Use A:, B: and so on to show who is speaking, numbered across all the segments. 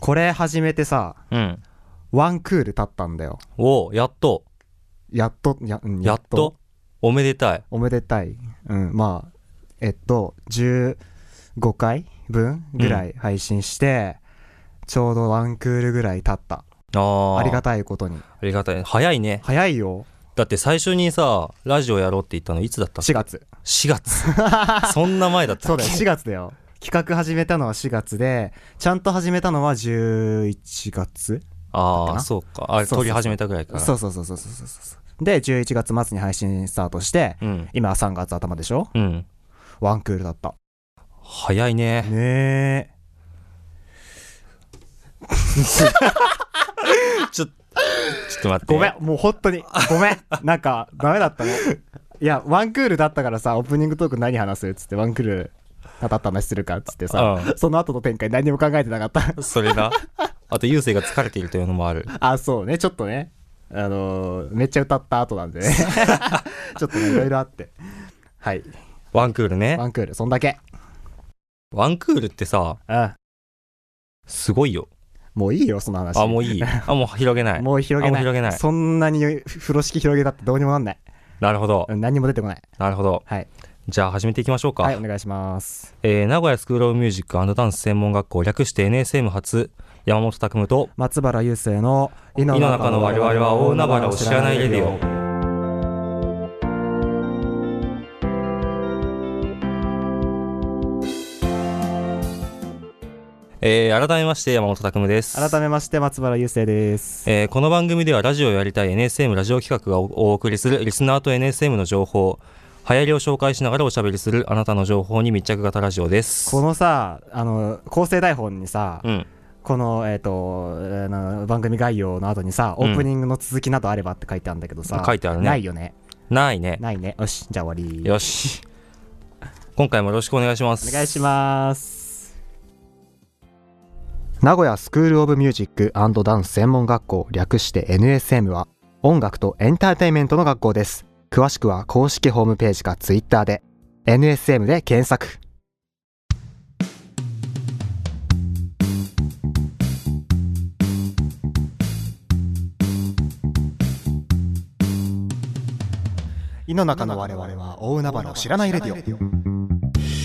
A: これ始めてさ、
B: うん。
A: ワンクール経ったんだよ。
B: おうやっと。
A: やっと、やうん
B: やっと。おめでたい。
A: おめでたい。うん、まあ、えっと、15回分ぐらい配信して、ちょうどワンクールぐらい経った。
B: ああ。
A: ありが
B: たい。
A: たいことに。
B: ありがたい。早いね。
A: 早いよ、
B: だって最初にさ、ラジオやろうって言ったのいつだった
A: 4月。
B: ?4 月。そんな前だった
A: そうだよ、4月だよ。企画始めたのは4月で、ちゃんと始めたのは11月だった
B: ああ、
A: な
B: そうか。あれ、
A: そうそうそう
B: 撮り始めたぐらいから。
A: そうそうそうそうそうそうそう。で、11月末に配信スタートして、
B: うん。
A: 今3月頭でしょ
B: うん。
A: ワンクールだった。
B: 早いね。
A: ねえ。
B: ちょ、ちょっと待って。
A: ごめん、もう本当に。ご めん。なんか、ダメだったね。いや、ワンクールだったからさ、オープニングトーク何話すっつって、ワンクール語った話するかっつってさ、その後の展開何にも考えてなかった。
B: うん。それな。あと、優勢が疲れているというのもある。
A: あ、そうね、ちょっとね。あのーめっちゃ歌った後なん でね。ちょっとね、いろいろあって。はい。
B: ワンクールね。
A: ワンクール、そんだけ。
B: ワンクールってさ、
A: うん。
B: すごいよ。
A: もういいよ、その話。
B: あ、もういい。あ、もう広げない。
A: もう広げない。
B: あもう広げない
A: そんなに風呂敷広げたってどうにもなんない。
B: なるほど。
A: うん何にも出てこない。
B: なるほど。
A: はい。
B: じゃあ始めていきましょうか。
A: はい、お願いします。
B: えー名古屋スクールオブミュージックダンス専門学校略して NSM 初山本拓夢と
A: 松原優生の「井
B: 井の中の我々は大海原を知らないレディオ」。えー改めまして山本拓夢です。
A: 改めまして松原優生です。
B: えーこの番組ではラジオをやりたい NSM ラジオ企画がおお送りするリスナーと NSM の情報流行りを紹介しながらおしゃべりするあなたの情報に密着型ラジオです。
A: このさあの構成台本にさ、
B: うん、
A: この、えっとあの番組概要の後にさオ
B: うん
A: ープニングの続きなどあればって書いてあるんだけどさ、
B: 書いてあるね
A: ないよね
B: ないね。
A: ないねよしじゃあ終わり
B: よし。今回もよろしくお願いします。
A: お願いします名古屋スクール・オブ・ミュージックダンス専門学校略して NSM は音楽とエンターテインメントの学校です詳しくは公式ホームページか Twitter で NSM で検索井の中の我々は大海原を知らないレディオ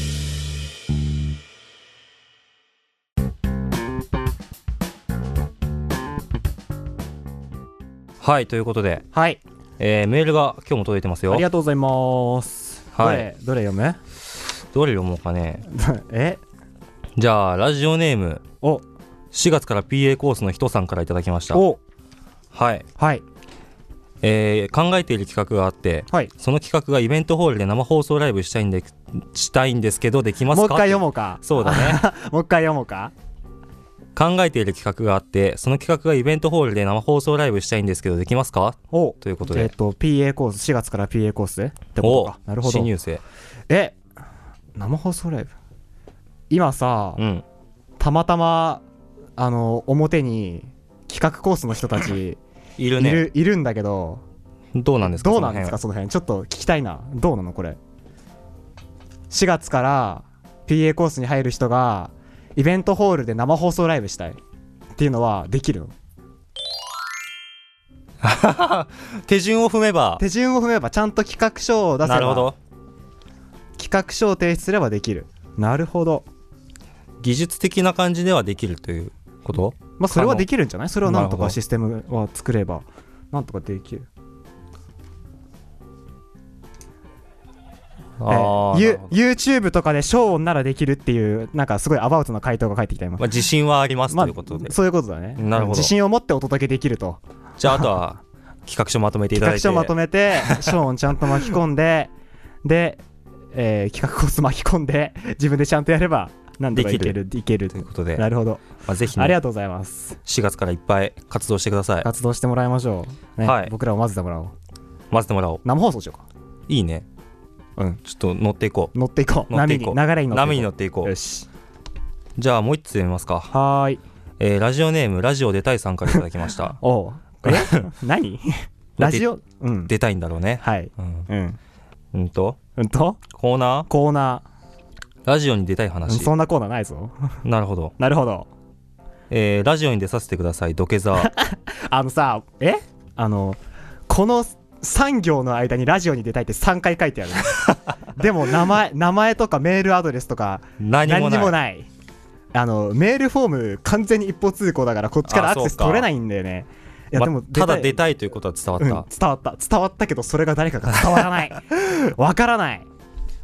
B: はい、ということで、
A: はい
B: えーメールが今日も届いてますよ
A: あり。がとうございます。
B: はい
A: どれどれ
B: どれ読もうかね。
A: 読む え
B: じゃあ、ラジオネーム、
A: お
B: 4月から PA コースの人さんからいただきました。
A: お
B: はい。
A: はい
B: えー考えている企画があって、
A: はい。
B: その企画がイベントホールで生放送ライブしたいんで、したいんですけど、できます
A: もう
B: か
A: 一回読
B: も
A: もうか。
B: そうだね。
A: もう一回読もうか。
B: 考えている企画があって、その企画がイベントホールで生放送ライブしたいんですけど、できますか
A: お
B: ということ
A: えっ、
B: で。
A: と、PA コース、4月から PA コースってことか。なるほ
B: 新
A: ど。
B: 入生。
A: え生放送ライブ今さ、
B: うん。
A: たまたま、あの、表に企画コースの人たち
B: い
A: い
B: る
A: る,、
B: ね。
A: いるんだけど、
B: どうなんですか
A: どうなんですか、その辺。ちょっと聞きたいな。どうなの、これ。4月から PA コースに入る人が、イベントホールで生放送ライブしたい。っていうのは、できるの
B: その辺手順を踏めば、
A: 手順を踏めば、ちゃんと企画書を出せば、
B: なるほど。
A: 企画書を提出すればできる。なるほど。
B: 技術的な感じではできるということ
A: まあ、それ
B: 可
A: は
B: 能
A: できるんじゃないそれをなんと
B: なるほ
A: か
B: ど
A: システムは作れば、なんとかできる。え
B: ああ、なる
A: ゆ
B: ほど
A: YouTube とかでショーンならできるっていう、なんかすごいアバウトな回答が返ってきた、今。
B: まあ、自信はあります
A: ま
B: と
A: あ
B: いうことで、
A: そういうことだね
B: なるほど
A: 自信を持ってお届けできると
B: じゃああと は企画書まとめていただ
A: 企
B: い
A: 画
B: て
A: 書まとめ てショーンちゃんと巻き込んでで、えー企画コース巻き込んで自分でちゃんとやれば何とかいけるいける
B: ということで、ま
A: なるほど、
B: あ、ぜひ、
A: あり
B: ね、
A: がとうございます
B: 4月からいっぱい活動してください
A: 活動してもらいましょう、ね
B: はい
A: 僕らを混ぜてもらおう
B: 混ぜてもらおう
A: 生放送しよう
B: いいね
A: かうん
B: ちょっと乗っていこ
A: 乗っていこう
B: 乗って
A: 波
B: い
A: に
B: こう
A: 流れに
B: う
A: 乗っていこう
B: 波に乗っていこう
A: よし
B: じゃあもう一つ読みますか、
A: はーい
B: えーラジオネームラジオ出たいさんからいただきました
A: おう え何ラジオうん
B: 出たいんだろうね
A: はい
B: うん、
A: うん
B: うん、と
A: うんと
B: コーナー
A: コーナ
B: ラジオに出たい
A: ーうん
B: 話
A: そんなコーナーないぞ
B: なるほど
A: なるほど
B: えーラジオに出させてください土 下座
A: あのさえあのこの3行の間にラジオに出たいって3回書いてあ るでも名前名前とかメールアドレスとか
B: 何
A: 何
B: も
A: に
B: ない
A: もないあのメールフォーム完全に一方通行だからこっちから
B: あ
A: アクセ
B: そ
A: ス
B: うか
A: 取れないんだよねいや
B: ま
A: でも
B: ただ
A: 出
B: 出たいということは伝わった
A: たい、うん、伝わった伝わったけどそれが誰かが伝わらない わからない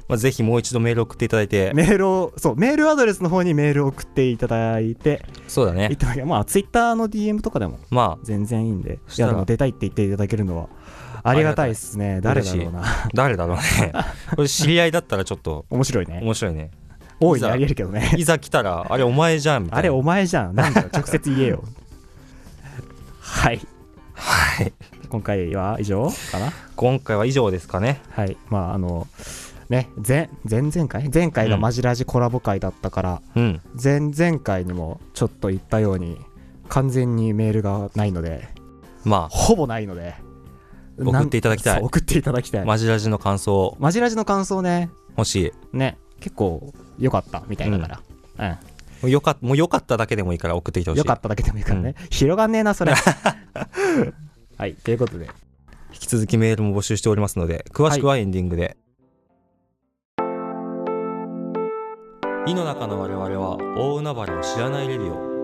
B: まあ、ぜひもう一度メール送っていただいて、
A: メールをそうメールアドレスの方にメールを送っていただいて
B: そうだ
A: い
B: ね
A: っただけまあツイッターの DM とかでも
B: ま
A: 全然いいんでい
B: そした
A: や
B: ら
A: でも出たいって言っていただけるのはありがたいですね
B: あ
A: 誰
B: りがた
A: だ
B: い
A: ろうな
B: あ誰だろう ねこれ知り合いだったらちょっと
A: 面白いね
B: 面白いね
A: 大いにありえるけどね
B: いざ来たらあれお前じゃんみたいな
A: あれお前じゃんなん だよ直接言えよはい
B: はい
A: 今回は以上かな
B: 今回は以上ですかね
A: はいまああのね前前々回前回がマジラジコラボ会だったから、
B: うん
A: 前々回にもちょっと言ったように完全にメールがないので
B: ま
A: ほぼないので
B: 送っていただきたい
A: なんそう送っていただきた
B: あ
A: い、
B: マジラジの感想
A: マジラジの感想ね
B: もし
A: ね結構良かったみたいだから、うん
B: よかもうよかっただけでもいいから送ってきてほしい
A: 良かっただけでもいいからね、広がんねえなそ れはいということで
B: 引き続きメールも募集しておりますので詳しくはエンディングで、井の中の我々は大海原を知らないレディオ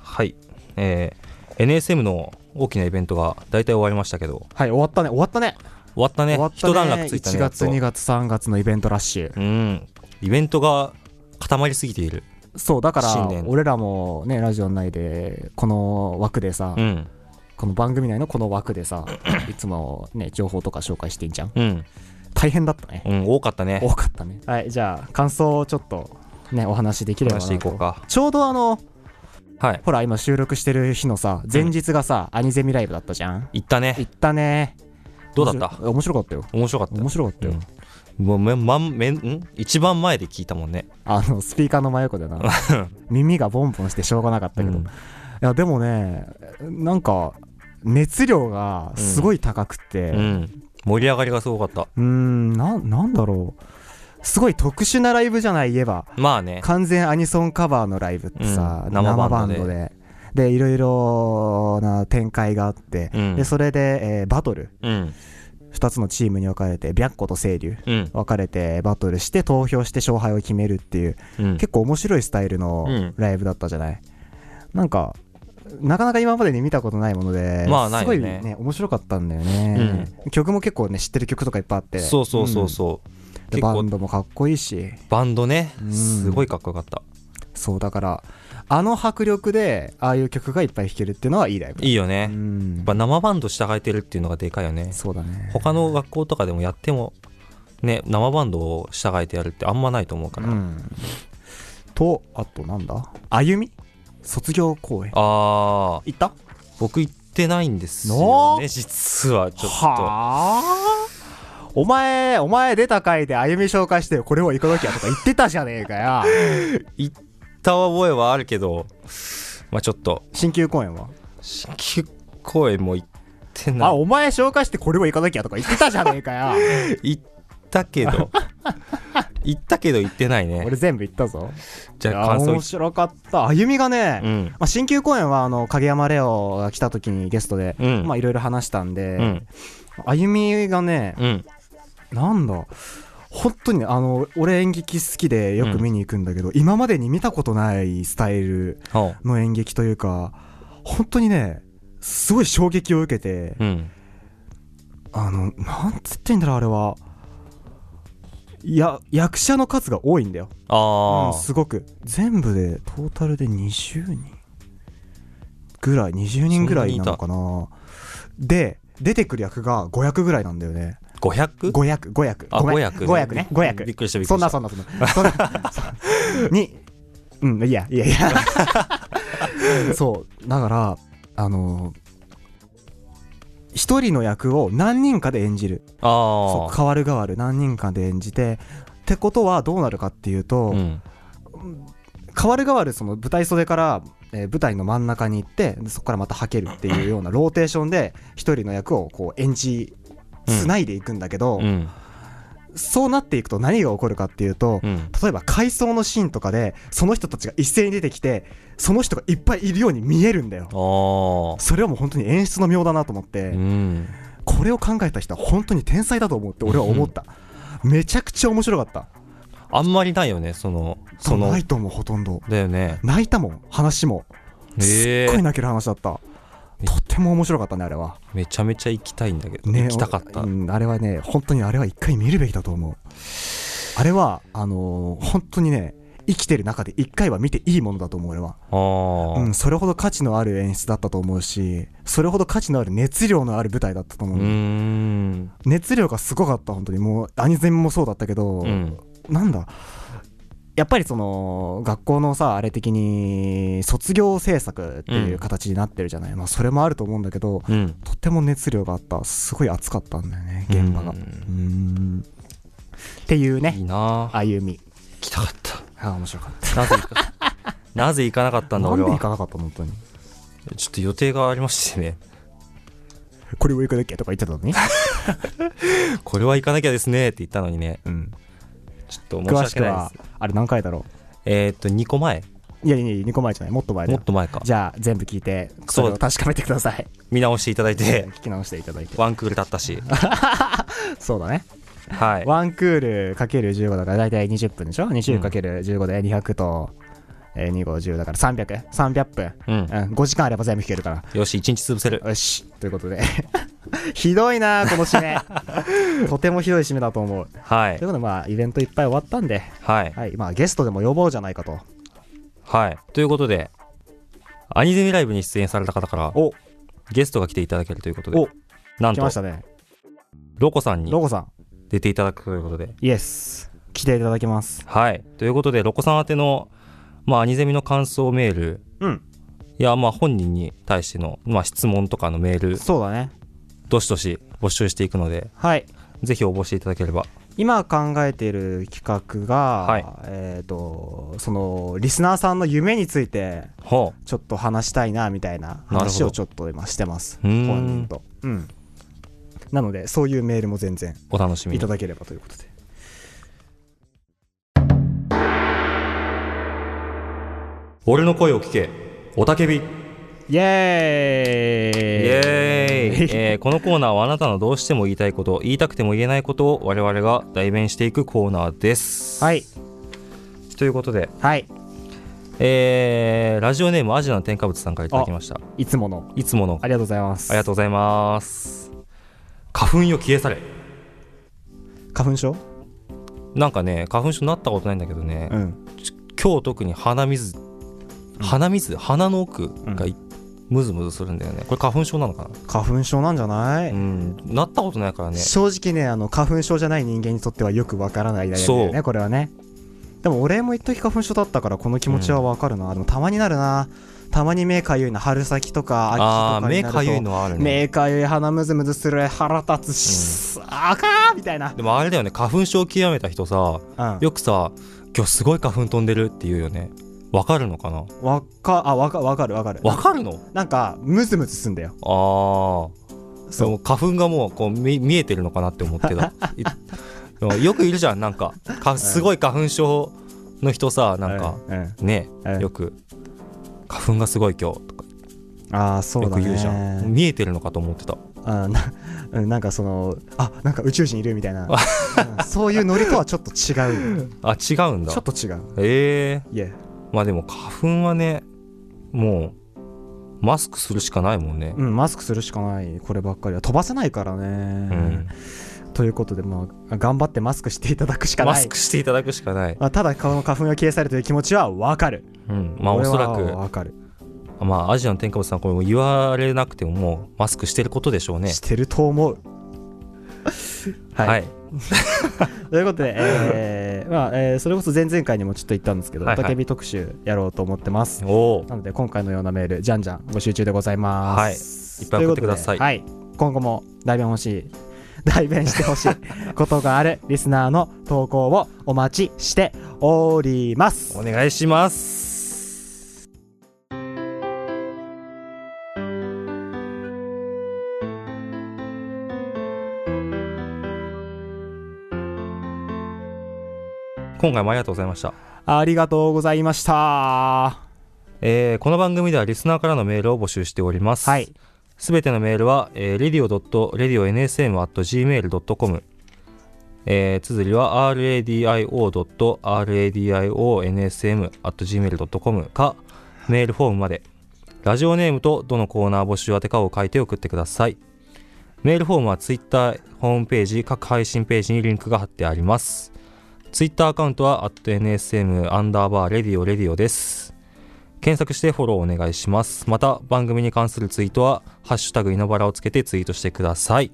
B: はいえー NSM の大きなイベントが大体終わりましたけど
A: はい終わったね終わったね
B: 終わったね
A: 終わったね
B: 一段落ついたね
A: 1月2
B: やっ
A: 月3月のイベントラッシュ
B: とうんイベントが固まりすぎている
A: そうだか
B: 新
A: ら
B: 年
A: 俺らもねラジオ内でこの枠でさ、
B: うん
A: この番組内のこの枠で さいつもね情報とか紹介してんじゃん
B: うん、
A: 大変だったね
B: うん、多かったね
A: 多かったねはいじゃあ感想をちょっとねお話しできればな
B: 話していことうか
A: ちょうどあの
B: はい
A: ほら今収録してる日のさ前日がさ、アニゼミライブだったじゃん
B: 行ったね
A: 行ったね
B: どうだった
A: 面白かったよ
B: 面白かったよ
A: 面白かったよ、
B: うんもうめまんめんん一番前で聞いたもんね、
A: あのスピーカーの真横 でな耳がボンボンしてしょうがなかったけど、
B: うん
A: いやでもねなんか熱量がすごい高くて
B: う、
A: うん
B: 盛り上がりがすごかった
A: ーんななんだろうすごい特殊なライブじゃない言えば
B: まあね
A: 完全アニソンカバーのライブってさ、
B: うん
A: 生
B: 生
A: バ
B: バ
A: ン
B: ン
A: ド
B: ドで
A: ででいろいろな展開があって、
B: うん
A: でそれで、えーバトル
B: うん
A: 2つのチームに分かれて白虎と青龍
B: うん
A: 分かれてバトルして投票して勝敗を決めるっていう
B: うん
A: 結構面白いスタイルの
B: うん
A: ライブだったじゃない、なんかなかなか今までに見たことないもので、
B: まあない
A: すご
B: よ
A: い
B: ね
A: ね面白かったんだよね、曲も結構ね知ってる曲とかいっぱいあって
B: そうそうそうそう、
A: うんで
B: 結
A: バ
B: 構
A: ンドもかっこいいし
B: バンドね
A: うん
B: すごいかっこよかった、
A: そうだからあの迫力でああいう曲がいっぱい弾けるっていうのはいいライブ
B: いいよ
A: う
B: ね、
A: ん
B: やっぱ生バンド従えてるっていうのがでかいよね
A: そうだね
B: 他の学校とかでもやってもね生バンドを従えてやるってあんまないと思うから、
A: うんとあとなんだ歩み卒業公演
B: あー
A: 行った
B: 僕行ってないんですよ
A: の
B: ね実はちょっと
A: はあお前、お前出た回で歩み紹介してよこれは行かなきゃとか言ってたじゃねえかよ。
B: 行った覚えはあるけどまあちょっと
A: 新旧公演は。
B: 新規公演も行って
A: あ、
B: ない
A: お前紹介してこれは行かなきゃとか言ってたじゃねえかよ。
B: 行ったけ ど行ったけど行ってないね
A: 俺全部行ったぞ。
B: じゃあ
A: いや
B: 感想
A: 面白かった。歩みがね、
B: うん
A: まあ、新旧公演はあの影山レオが来た時にゲストで、
B: うん
A: まあいろいろ話したんで、
B: うん
A: 歩みがね、
B: うん
A: なんだ本当にねあの俺演劇好きでよく見に行くんだけど、今までに見たことないスタイル
B: ほ
A: の演劇というか本当にねすごい衝撃を受けて、
B: ううん
A: あのなんつってんだろうあれはいや役者の数が多いんだよ、う
B: あ
A: んすごく全部でトータルで20人ぐらい20人ぐらいなのかなで出てくる役が5役ぐらいなんだよね
B: あ 500?
A: 5役5役
B: あ
A: ごめん
B: 5役
A: ,5 役ね5役
B: びっくりしたびっく
A: そん
B: りした
A: なそんなそんなそんなそんにうんいやいや いやそうだからあの一人の役を何人かで演じる
B: あ
A: そう
B: あ
A: 変わる変わる何人かで演じてってことはどうなるかっていうと、
B: うん
A: 変わる変わるその舞台袖から、えー舞台の真ん中に行ってでそこからまたはけるっていうようなローテーションで一人の役をこう演じつないでいくんだけど、
B: うん
A: そうなっていくと何が起こるかっていうと、
B: うん。
A: 例えば回想のシーンとかでその人たちが一斉に出てきてその人がいっぱいいるように見えるんだよ
B: ああ。
A: それはもう本当に演出の妙だなと思って、
B: うん。
A: これを考えた人は本当に天才だと思うって俺は思った、めちゃくちゃ面白かった
B: あんまりないよね、その、その
A: な、いと思うほとんど
B: だよね。
A: 泣いたもん話もす
B: え
A: っ
B: え
A: ごい泣ける話だった、とっても面白かったねあれは
B: めちゃめちゃ行きたいんだけど、
A: ね
B: 行きたかった。
A: うん、あれはね本当にあれは一回見るべきだと思うあれはあのー本当にね生きてる中で一回は見ていいものだと思う俺は
B: ああ、
A: うん、それほど価値のある演出だったと思うしそれほど価値のある熱量のある舞台だったと思
B: う
A: う、
B: ーん。
A: 熱量がすごかった本当にもうアニゼミもそうだったけど、
B: うん。
A: なんだやっぱりその学校のさあれ的に卒業制作っていう形になってるじゃない、まあ、それもあると思うんだけど
B: うん。
A: とっても熱量があったすごい熱かったんだよね現場が
B: う
A: うんんんっていう
B: い
A: ね
B: いなあ。
A: 歩み
B: 行きたかった。
A: ああ面白かっ
B: なぜ 行か、なぜ行かなかった
A: た
B: んだ、
A: なんで
B: 俺
A: 行
B: は。
A: かなかったの本当に
B: ちょっと予定がありましてね。
A: これ上行くだっけとか言ってたのに、
B: これは行かなきゃですねって言ったのにね。
A: うん、
B: ちょっと申
A: 詳
B: し
A: しく
B: 訳ないで
A: は
B: す。
A: あれ何回だろう
B: えーっと、2個前
A: いやいやいや、2個前じゃない、もっと前だ
B: も
A: よ
B: っと前か。
A: じゃあ、全部聞いて、
B: そう
A: それを確かめてください。
B: 見直していただいて、
A: 聞き直していただいて。
B: ワンクール経ったし。
A: そうだね。
B: はい。
A: ワンクールかける15だから、だいたい20分でしょ ?20 かける15で200と、えー、250だから300。300分。
B: うん。
A: うん、5時間あれば全部聞けるか
B: よし、1日潰せる。
A: ら。よし。ということで。 ひどいなあこの締め。 とてもひどい締めだと思う。
B: は
A: とい。
B: いう
A: ことで、まあ、イベントいっぱい終わったんで、
B: はい。
A: はい、まあ、ゲストでも呼ぼうじゃないかと。
B: はい。ということで、アニゼミライブに出演された方から、
A: お
B: ゲストが来ていただけるということで、
A: お
B: なん
A: 来
B: と
A: まし、たね。
B: ロコさんに
A: ロコさん、
B: 出ていただくということで。
A: イエス。来ていただきます。
B: はい。ということで、ロコさん宛ての、まあ、アニゼミの感想メール、
A: うん。
B: いや、まあ、本人に対しての、まあ、質問とかのメール、
A: そうだね。
B: どしどし募集していくので、
A: はい。
B: ぜひ応募していただければ。
A: 今考えている企画が、
B: はい
A: えっ、とそのリスナーさんの夢について
B: ほ
A: ちょっと話したいなみたいな話
B: なるほど
A: をちょっと今してます
B: うーん
A: 本人とうんなのでそういうメールも全然
B: う。お楽しみ
A: い
B: に
A: た。だければということで
B: 俺の声を聞け、おたけび。イ
A: イエーイ
B: エーイ、えーこのコーナーはあなたのどうしても言いたいこと、言いたくても言えないことを我々が代弁していくコーナーで す。
A: はい。
B: ということで、
A: はい
B: えーラジオネームアジアの添加物さんからいただきました。
A: いつもの
B: いつもの
A: ありがとうございます
B: ありがとうございます。花粉よ消え去れ。
A: 花粉症
B: なんかね、花粉症なったことないんだけどね、
A: うん
B: 今日特に鼻水、鼻水、鼻の奥がいムズムズするんだよね。これ花粉症なのかな、
A: 花粉症なんじゃない、
B: うん、なったことないからね。
A: 正直ねあの花粉症じゃない人間にとってはよくわからない悩みだよ
B: そう
A: ねこれはねでも俺も一時花粉症だったからこの気持ちはわかるな、でもたまになるなたまに目かゆいな春先とか秋
B: あ
A: と
B: あー、
A: かに
B: 目
A: なると
B: かゆいのはあるね。
A: 目かゆい鼻むずむずする腹立つし、あかーみたいな、
B: でもあれだよね、花粉症極めた人さ、
A: うん、
B: よくさ、今日すごい花粉飛んでるって言うよね。わかるのかな
A: わかあわかわかるわかる
B: わかるの
A: なんかむずむずすんだよ
B: ああ、
A: そう
B: でも花粉がもうこう見見えてるのかなって思って た。いでもよくいるじゃん、なんかかすごい花粉症の人さ、なんか、
A: うんうん
B: ね、
A: うん
B: よく花粉がすごい今日とか
A: ああそ
B: よ
A: うだ
B: く
A: ね
B: 言うじゃん、見えてるのかと思ってた。
A: あなうんなんかそのあなんか宇宙人いるみたい な、うんそういうノリとはちょっと違うよ
B: あ、違うんだ
A: ちょっ。と違う
B: ええ
A: いえ
B: まあでも花粉はね、もうマスクするしかないもんね。
A: うん、マスクするしかないこればっかりは飛ばせないからね、ということでまあ頑張ってマスクしていただくし
B: う
A: か
B: んマ
A: な
B: ス
A: い
B: クしていただくしかない。
A: まあ、ただこの花粉が消え去るという気持ちはわかる
B: うん、まあお
A: 俺は
B: そらく、
A: わかる、
B: まあアジアの添加物さん、これも言われなくてももうマスクしてることでしょうね
A: し。てると思 うはい、
B: はい。
A: ということで、えーまあえーそれこそ前々回にもちょっと言ったんですけど
B: はいはい
A: 雄たけび特集やろうと思ってます
B: おお。
A: なので今回のようなメールじゃんじゃん募集中でございます。
B: はいいっぱい送ってください
A: とうことではい、今後も代弁欲しい 代弁してほしい ことがあるリスナーの投稿をお待ちしております
B: お。願いします。今回もありがとうございました。
A: ありがとうございましたは
B: えーこの番組ではリスナーからのメールを募集しております。
A: い
B: すべてのメールは、えー、radio.radio.nsm.gmail.com、えー、綴りは radio.radio.nsm.gmail.com かメールフォームまでラジオネームとどのコーナー募集宛てかを書いて送ってくださいメールフォームは Twitter ホームページ各配信ページにリンクが貼ってあります Twitter アカウントは @nsm アンダーバーレディオレディオです検索してフォローお願いしますまた番組に関するツイートは「ハッシュタグ稲バラ」をつけてツイートしてください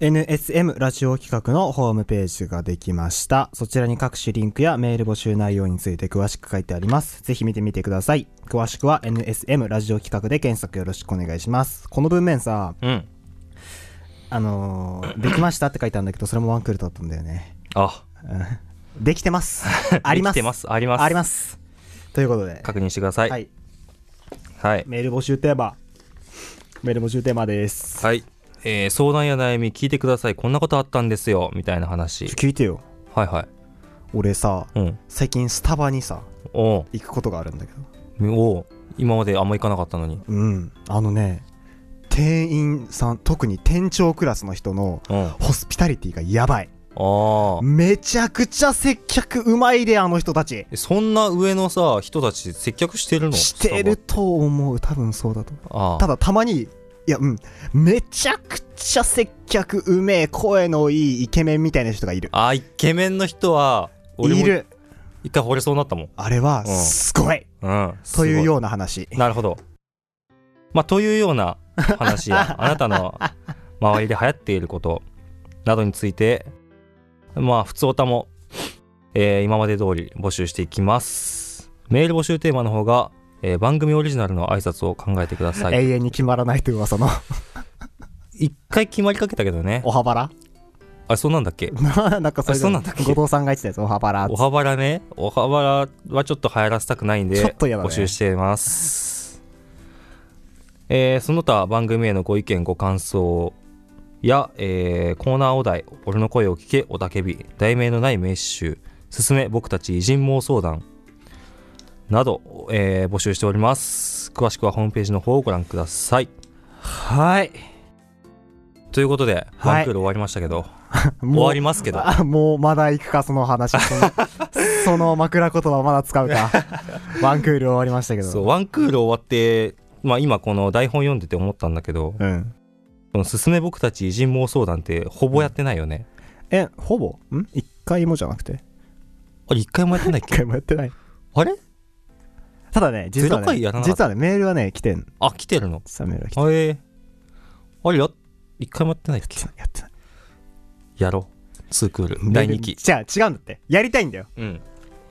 A: NSM ラジオ企画のホームページができましたそちらに各種リンクやメール募集内容について詳しく書いてありますぜひ見てみてください詳しくは NSM ラジオ企画で検索よろしくお願いしますこの文面さ
B: うん
A: あのーできましたって書いたんだけどそれもワンクールだったんだよね
B: あ
A: できてます あります
B: できてますあります
A: ありますということで
B: 確認してください
A: は
B: はい
A: い
B: はい、
A: メール募集テーマメール募集テーマです
B: えー相談や悩み聞いてくださいこんなことあったんですよみたいな話
A: ちょ聞いてよ
B: はいは
A: 俺さ
B: いうん
A: 最近スタバにさ
B: おう
A: 行くことがあるんだけど
B: おう今まであんま行かなかったのに
A: うんあのね店員さん特に店長クラスの人の
B: うんあ
A: ホスピタリティがやばい
B: あ
A: めちゃくちゃ接客うまいであの人たち
B: えそんな上のさ人たち接客してるの
A: してる
B: ス
A: と思う多分そうだと思
B: タバあ
A: う
B: あ
A: ただたまにいやうんめちゃくちゃ接客うめえ声のいいイケメンみたいな人がいる
B: あーイケメンの人はい俺も
A: る
B: 一回惚れそうになったもん
A: あれは
B: うん
A: すごい
B: うんす
A: と
B: ご
A: いうような話
B: なるほど。まあ、というような話や、あなたの周りで流行っていることなどについて、まあ、普通おたも、えー今まで通り募集していきます。メール募集テーマの方が、えー番組オリジナルの挨拶を考えてください。
A: 永遠に決まらないという 噂の
B: 一回決まりかけたけどね
A: お。はばら
B: あ、そうなんだっけ
A: なんかそれ
B: あそうなんだっけ
A: 後藤さんが言ってたやつおはばら
B: おはばらね。おはばらはちょっと流行らせたくないんで、
A: ちょっと嫌だね
B: 募集しています。えーその他番組へのご意見、ご感想や、えーコーナーお題、俺の声を聞け、おたけび、題名のない名集、すすめ、僕たち偉人妄想談など、えー募集しております。詳しくはホームページの方をご覧ください。
A: はい
B: ということで、
A: はい
B: ワンクール終わりましたけど、
A: 終
B: 終わりますけど、
A: あもうまだ行くかその話そ のその枕言葉まだ使うかワンクール終わりましたけど
B: そうワンクール終わって、まあ、今この台本読んでて思ったんだけど、
A: うん
B: この「すすめ僕たち偉人妄想談」ってほぼやってないよね、
A: えほぼん一回もじゃなくて
B: あれ一回もやってないっ
A: 一
B: け
A: 回もやってない
B: あれ
A: ただね実は
B: ゼロ回やら
A: ね
B: なかっ
A: 実
B: た
A: はねメールはね来てん
B: あ来てるの
A: 実はメールは来て
B: あえー、あれや一回もやってないっけ
A: んやってない
B: やろうツークール第2期
A: じゃあ違うんだってやりたいんだよ
B: うん、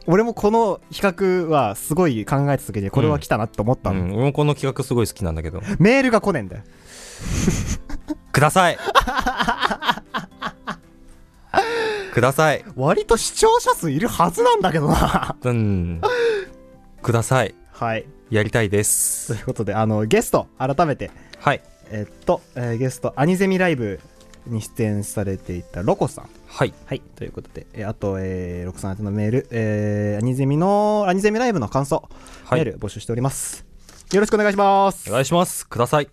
A: 俺もこの比較はすごい考えた時にこれは来たなと思った
B: う
A: の、
B: ん、俺もこの企画すごい好きなんだけど
A: メールが来ねえんだよ
B: くだ さいください
A: 割と視聴者数いるはずなんだけど な
B: うんください
A: はい
B: やりたいで
A: と
B: す
A: いうことであのゲスト改めて
B: はい
A: えっと、えーゲストアニゼミライブに出演されていたロコさん
B: はい
A: はいということで、えーあと、えーロコさん宛てのメール、えーアニゼミのアニゼミライブの感想、
B: はい
A: メール募集しておりますよろしくお願いします
B: お願いしますください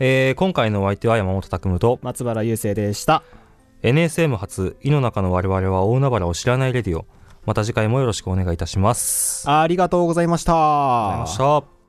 B: えー、今回のお相手は山本拓夢と
A: 松原雄生でした
B: NSM 初井の中の我々は大海原を知らないレディオまた次回もよろしくお願いいたしますあり
A: ありがとうございました
B: がとうございました